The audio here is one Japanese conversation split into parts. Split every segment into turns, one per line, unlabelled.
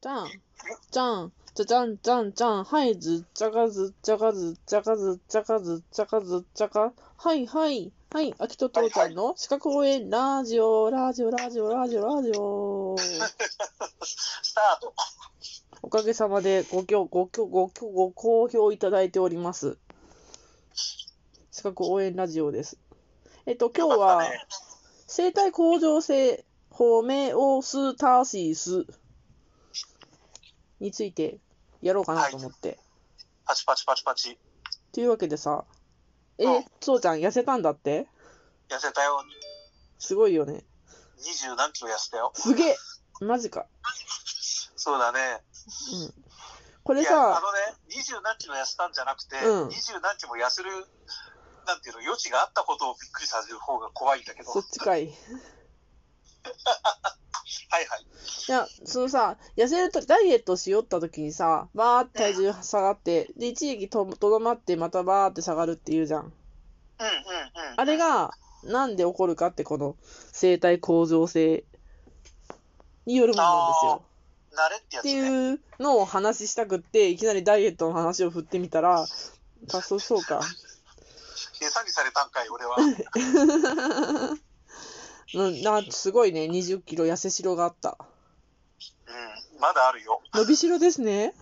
じゃん、じゃん、じゃじゃん、じゃん、じゃん、はい、ずっちゃかずっちゃかずっちゃかずっちゃかずっちゃかずっちゃか。はい、はい、はい、秋と父ちゃんの鹿公園ラジオ、ラジオ、ラジオ、ラジオ、ラジオ。
スタート。
おかげさまでごきょごきょごきょご好評いただいております。資格応援ラジオです。えっと、今日
よか
は
った、ね
生体向上性ホメオスタシスについてやろうかなと思って。
パチパチパチパチ。
というわけでさ、え
うん、
そうちゃん痩せたんだって
痩せたよ。
すごいよね。
二十何キロ痩せたよ。
すげえマジか。
そうだね。
うん。これ
いや、あ
さ、
のね、二十何キロ痩せたんじゃなくて、
うん
二十何キロも痩せる、なんていうの、余地があったことをびっくりさせる方が怖いんだけど。は
そ
い
っちかい。
はい。
いや、そのさ、痩せると、ダイエットしよった時にさ、バーって体重下がって、で、一時期ととどまって、またバーって下がるっていうじゃん。
うんうんうん。
あれが、なんで起こるかって、この生体構造性によるものなんですよ。
慣れってや
っ
つ
て
ね。
いうのを話したくって、いきなりダイエットの話を振ってみたら、あ、そう、そうか。
餌にされたんかい、俺は。
うん、な、すごいね、20キロ痩せしろがあった。
うん、まだあるよ。
伸びしろですね。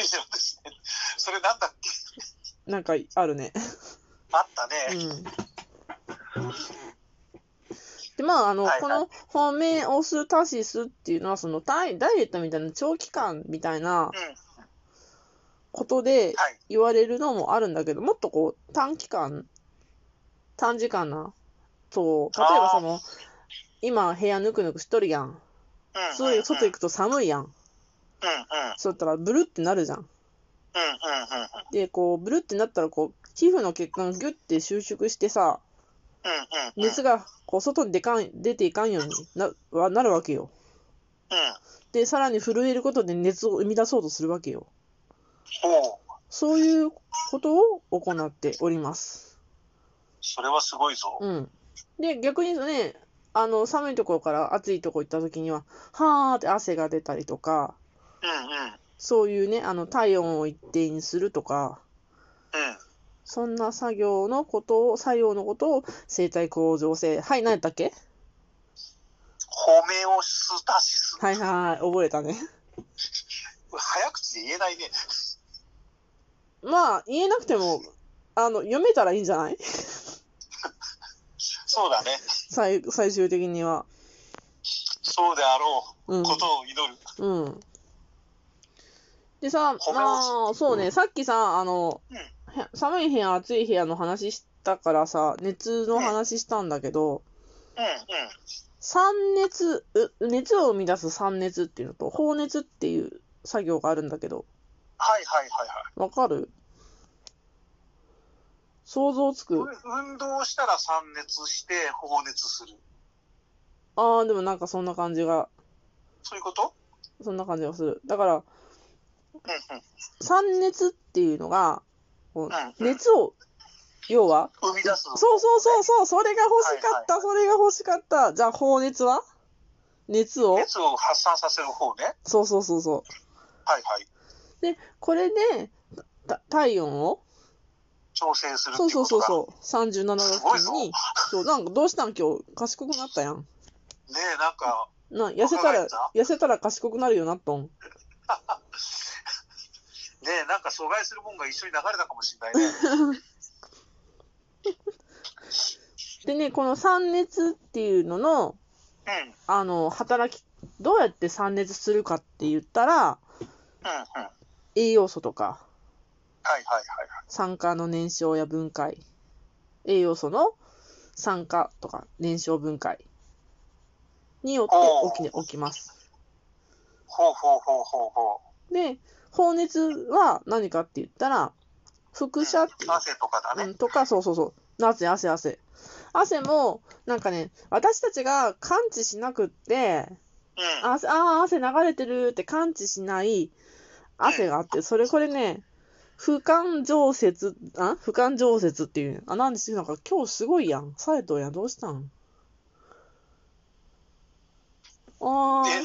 以上ですね。それなんだっけ
なんか、あるね。
あったね。
うんでまあ、あの、
はいはい
このホメオスタシスっていうのはそのダイダイエットみたいな長期間みたいな
うん、
ことで
はい。
言われるのもあるんだけどもっとこう短期間短時間なそう例えば
あー
その今部屋ぬくぬくしとるやん
うん、
そういう外行
く。
くと寒いやん
うんうん
そうだったらブルってなるじゃん
うんうんうんうん
でこうブルってなったらこう皮膚の血管がギュッて収縮してさ、
うんうん。
熱がこう外に出かん出ていかんようになはなるわけよ。
うん。
で、さらに震えることで熱を生み出そうとするわけよ。
おう
そういうことを行っております。
それはすごいぞ。
うん。で、逆にね、あの、寒いところから暑いところ行った時には、はーって汗が出たりとか、
うんうん。うん。
そういうね、あの、体温を一定にするとか、そんな作業のことを、作用のことを生体向上性。はい、何やったっけ
ホメオスタシス。
はいはい、覚えたね。
早口で言えないね。
まあ、言えなくても、あの、読めたらいいんじゃない
そうだね。
最最終的には。
そうであろ
う。
うんことを祈る。
うん。でさ、ま
褒め
あ、そうね、さっきさ、あの、
うん
へ寒い部屋、暑い部屋の話したからさ、熱の話したんだけど、
うんうん。
散熱、う熱を生み出す散熱っていうのと、放熱っていう作業があるんだけど、
はいはいはいはい。
わかる想像つく。
う運動したら散熱して放熱する。
ああ、でもなんかそんな感じが、
そういうこと
そんな感じがする。だから、
うんうん。
散熱っていうのが、こう
うんうん
熱を、要は、
生み出す。
そうそうそうそう、それが欲しかった、
は
それが欲しかった。じゃあ、放熱は熱を
熱を発散させる方ね。
そうそうそうそう。
はいはい。
これで、た体温を
調整するって
そ
いううこと
そ
か。
うそうそう、37度
すごい
付
ぞ
近に、そう、なんかどうしたん今日、賢くなったやん。
ねえ、なんか、
な、痩せた
若返っ
ら
た、
痩せたら賢くなるよな、とん。
ねえ、なんか阻害するもんが一緒に流れたかもしれないね。
でね、この散熱っていうのの、
うん。
あの、働き、どうやって散熱するかって言ったら、
うんうん。はい
栄養素とか、
はいはい
酸化の燃焼や分解栄養素の酸化とか燃焼分解によって起き,、起きます
ほうほうほうほうほ
で放熱は何かって言ったら
う。
輻射っていう
汗とかだ
う
ね。
ん、とかそうそうそう汗汗汗汗もなんかね私たちが感知しなくって
うん。
あ 汗あー汗流れてるって感知しない汗があって、それこれね、不感常節、あ不感常節っていう。あ、なんですなんか今日すごいやん。サイトやん、どうしたんあー
え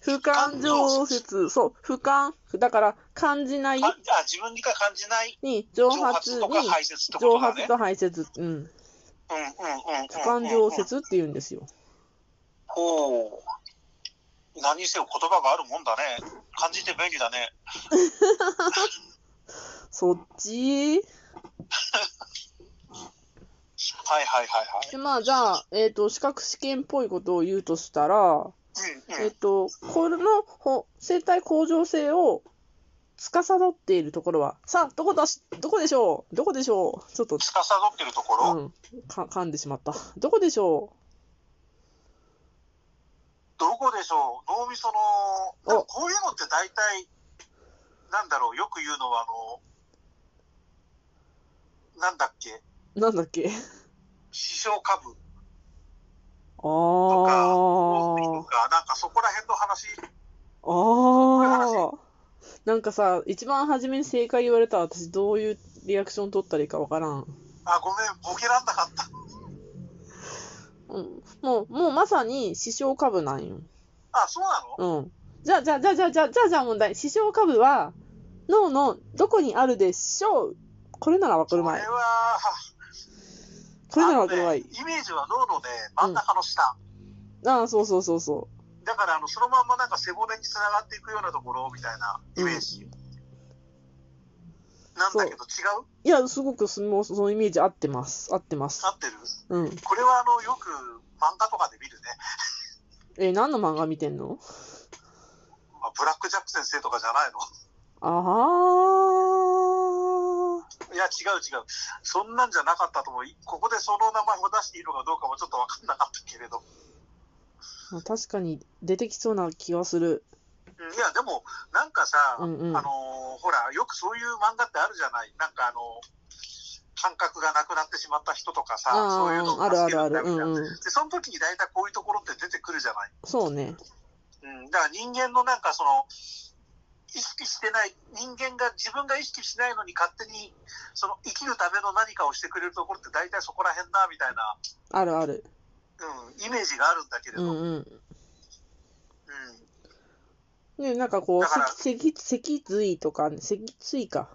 不感情節、そう、不感、だから、感じない
かあ自分にか感じない
に、
蒸
蒸発
発
に
と、か排泄ってこ
蒸
とだ
発
ね。
と排泄、うん、
うんうんうんうんうん。
不感情。節って言うんですよ。
ほう。何にせよ言葉があるもんだね。感じて便利だね。
そっち
はいはいはいはい。
で、まあ、じゃあ、えっ、と、資格試験っぽいことを言うとしたら、
うんうん。
えっ、と、このほ生態向上性を司っているところは、さあ、どこだし、どこでしょうどこでしょうちょっと、
司ってるところ、
うん、か噛んでしまった。どこでしょ
どこでしょう脳みそ
お
の、でもこういうのって大体、なんだろう、よく言うのは、あの、なんだっけ、
うなんだっけ
視床下部
あ
とか、脳水と
ー。
か、なんかそこら辺の話、
あー。なんかさ、一番初めに正解言われたら私どういうリアクション取ったらいいかわからん。
あ、ごめん、ボケらんなかった。
うん、もう、もうまさに視床下部なんよ。
あ、そうなの
うん。じゃあ、じゃあ、じゃあ、じゃあ、じゃあ、じゃあ、じゃあ問題。視床下部は脳のどこにあるでしょうこれならわかるまい
これ。は、
これならわかるま
あのね
い。
イメージは脳のね、真ん中の下。
ああ、そうそうそうそ
だから、あの、そのまんまなんか背骨につながっていくようなところみたいなイメージ。なんだけど、違う
う。いや、すごくすもうそのイメージ合ってます。合ってます
合。ってる
うん。
これはあのよく漫画とかで見るね、
えー何の漫画見てんの
まあ、ブラック・ジャック先生とかじゃないの
あ
いや違う違うそんなんじゃなかったと思ういここでその名前を出していいのかどうかもちょっと分かんなかったけれど、
あ。確かに出てきそうな気がする。
うんいやでもなんかさ、
うんうん
あのーほらよくそういう漫画ってあるじゃないなんかあの感覚がなくなってしまった人とかさ
あ
そういうの
あ、
を
あるあるあ
んだ
る。
みたいな
うんうん。
でその時に大体こういうところって出てくるじゃない
そうね。
うん、だから人間のなんかその意識してない人間が自分が意識しないのに勝手にその生きるための何かをしてくれるところって大体そこら辺だみたいな、
あるある。
うん、イメージがあるんだけれ
う
ど、うん
んうん。ね、なんかこう、
だから
脊脊脊髄とか、ね、脊椎か。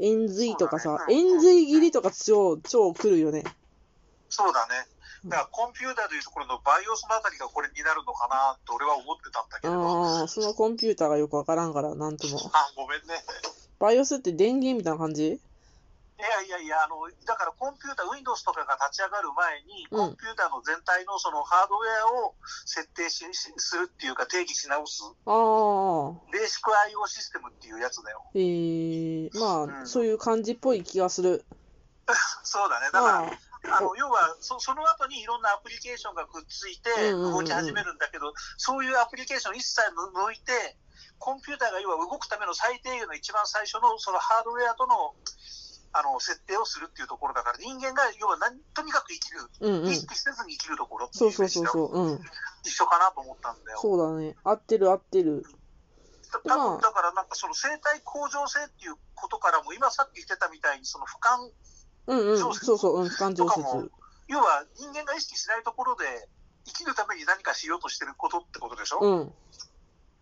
円髄とか
そう
さ
だ、ね
円髄切りとか超、超来るよね。
そうだねだからコンピューターというところのバイオスのあたりがこれになるのかなと俺は思ってたんだけれど、あ
ああ、そのコンピューターがよくわからんから、なんとも。
ごめんね
バイオスって電源みたいな感じ
いやいやいやあのだからコンピューター Windows とかが立ち上がる前に
う
コ
ん
ンピューターの全体のそのハードウェアを設定ししするっていうか定義し直す
ああ、
ベーシック IO システムっていうやつだよ。
ええま
う
あ、
ん
そういう感じっぽい気がする。
そうだね。だから、
まあ、
あの要はそ、その後にいろんなアプリケーションがくっついて
うんうんうん
動き始めるんだけど、そういうアプリケーション一切抜いて、コンピューターが要は動くための最低限の一番最初のそのハードウェアとのあの設定をするっていうところだから、人間が要は何とにかく生きる、
うんうん
意。識せずに生きるところってい
そううそうそうそう、うん。
一緒かなと思ったんだよ。
そうだね。合ってる合ってる。ま
だ
あ
多分だからなんかその生態向上性っていうことからも、今さっき言ってたみたいに、その俯瞰
うんうん。
そうです
そうそう、うん、不感情
とか
説
も。要は人間が意識しないところで生きるために何かしようとしてることってことでしょ、
うん。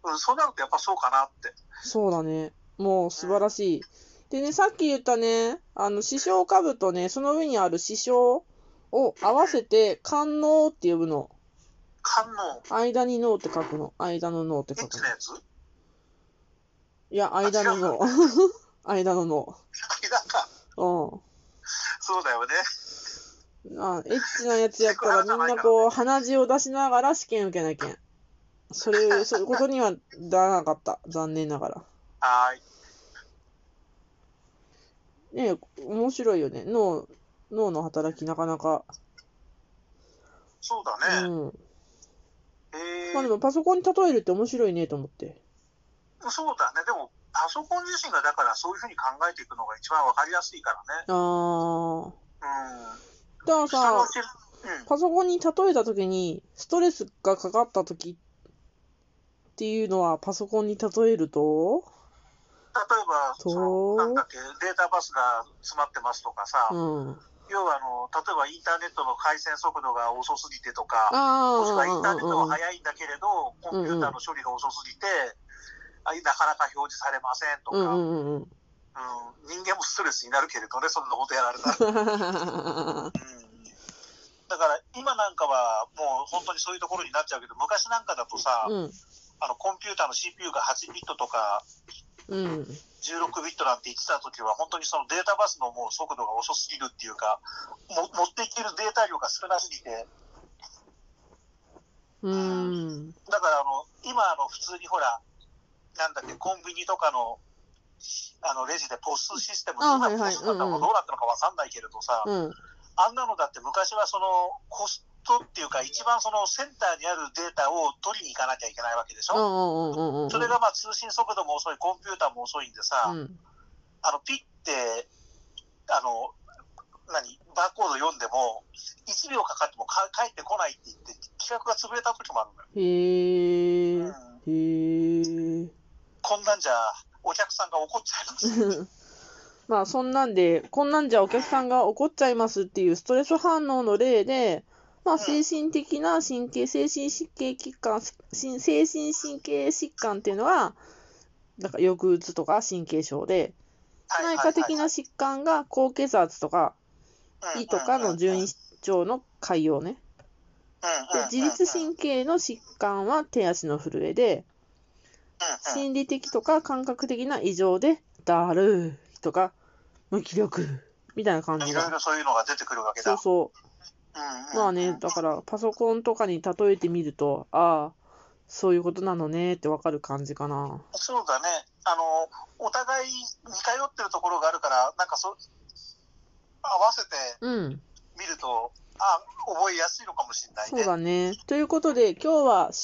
うん、そうなるとやっぱそうかなって。
そうだね。もう素晴らしい。でね、さっき言ったね、あの、視床下部とね、その上にある視床を合わせて、官能って呼ぶの。
反応、
間に脳って書くの。間の脳って
エ
書
ッ
く
チ
の
な。やつ
いや、間の脳。 間の
なんか、
脳。
そうだよね。
うん。あ、エッチなやつやったら、みんなこう、鼻血を出しながら試験受けなきゃ。それ、そういうことにはならなかった。残念ながら。
はーい。
ねえ面白いよね。脳、脳の働きなかなか。
そうだ
う
ね。
ん。
えー
まあでもパソコンに例えるって面白いねと思って。
そうだね。でも、パソコン自身がだからそういうふうに考えていくのが一番わかりやすいからね。
あ
うん。
ー。だから
その
さ
う、ちうん、
パソコンに例えた時に、ストレスがかかった時っていうのはパソコンに例えると、
例えば、そ
そう
のなんだっけ、データバスが詰まってますとかさ、
うん。
要要はあの、例えばインターネットの回線速度が遅すぎてとか、もしくはインターネットが
ああ、
速いんだけれど、コンピューターの処理が遅すぎて、あなかなか表示されませんとか、
うんう
うん
んうんうん。
人間もストレスになるけれどね、そんなことやられ たら。うんだから今なんかはもう本当にそういうところになっちゃうけど、昔なんかだとさ、
うん
あのコンピューターの CPU が8ビットとか
うん。
16ビットなんて言ってた時は、本当にそのデータバスのもう速度が遅すぎるっていうか、も持っていけるデータ量が少なすぎて、
うん。
だからあの今あの普通にほら、なんだっけ、コンビニとかのあのレジでポスシステム、
あ
今
はい
ポ
はい
スだったらもうどうなったのかわかんないけれどさ、
うん。
あんなのだって昔はそのコストっていうか、一番そのセンターにあるデータを取りに行かなきゃいけないわけでし
う
ょ。
んうんうんうん。
それがまあ通信速度も遅い、コンピューターも遅いんでさ、
うん。
あのピッて、あの、何、バーコード読んでも、1秒かかってもか返ってこないって言って、企画が潰れた時もあるのよ。
へえ。
う
へ
ん
え。
こんなんじゃ、お客さんが怒っちゃい ます。
まあそんなんで、こんなんじゃお客さんが怒っちゃいますっていうストレス反応の例で、まあ精神的な神経、精神神経疾患、神精神神経疾患っていうのは、なんか抑うつとか神経症で、
は
内
い
科的な
はい
疾患が高血圧とか
はい
胃とかの十二指腸の潰瘍ね。で、自律神経の疾患は手足の震えで、
経
心理的とか感覚的な異常で、だるいとか、無気力みたいな感じ
いろい
が。
ろそういうのが出てくるわけ
そ
だ
う。そう。
うんうん
まあね、だからパソコンとかに例えてみると、ああ、そういうことなのねってわかる感じかな。
そうだね、あのお互い似通ってるところがあるから、なんかそ合わせて
うん、
みると、あ覚えやすいのかもしれない
そう
ね。
だね。ということで、今日は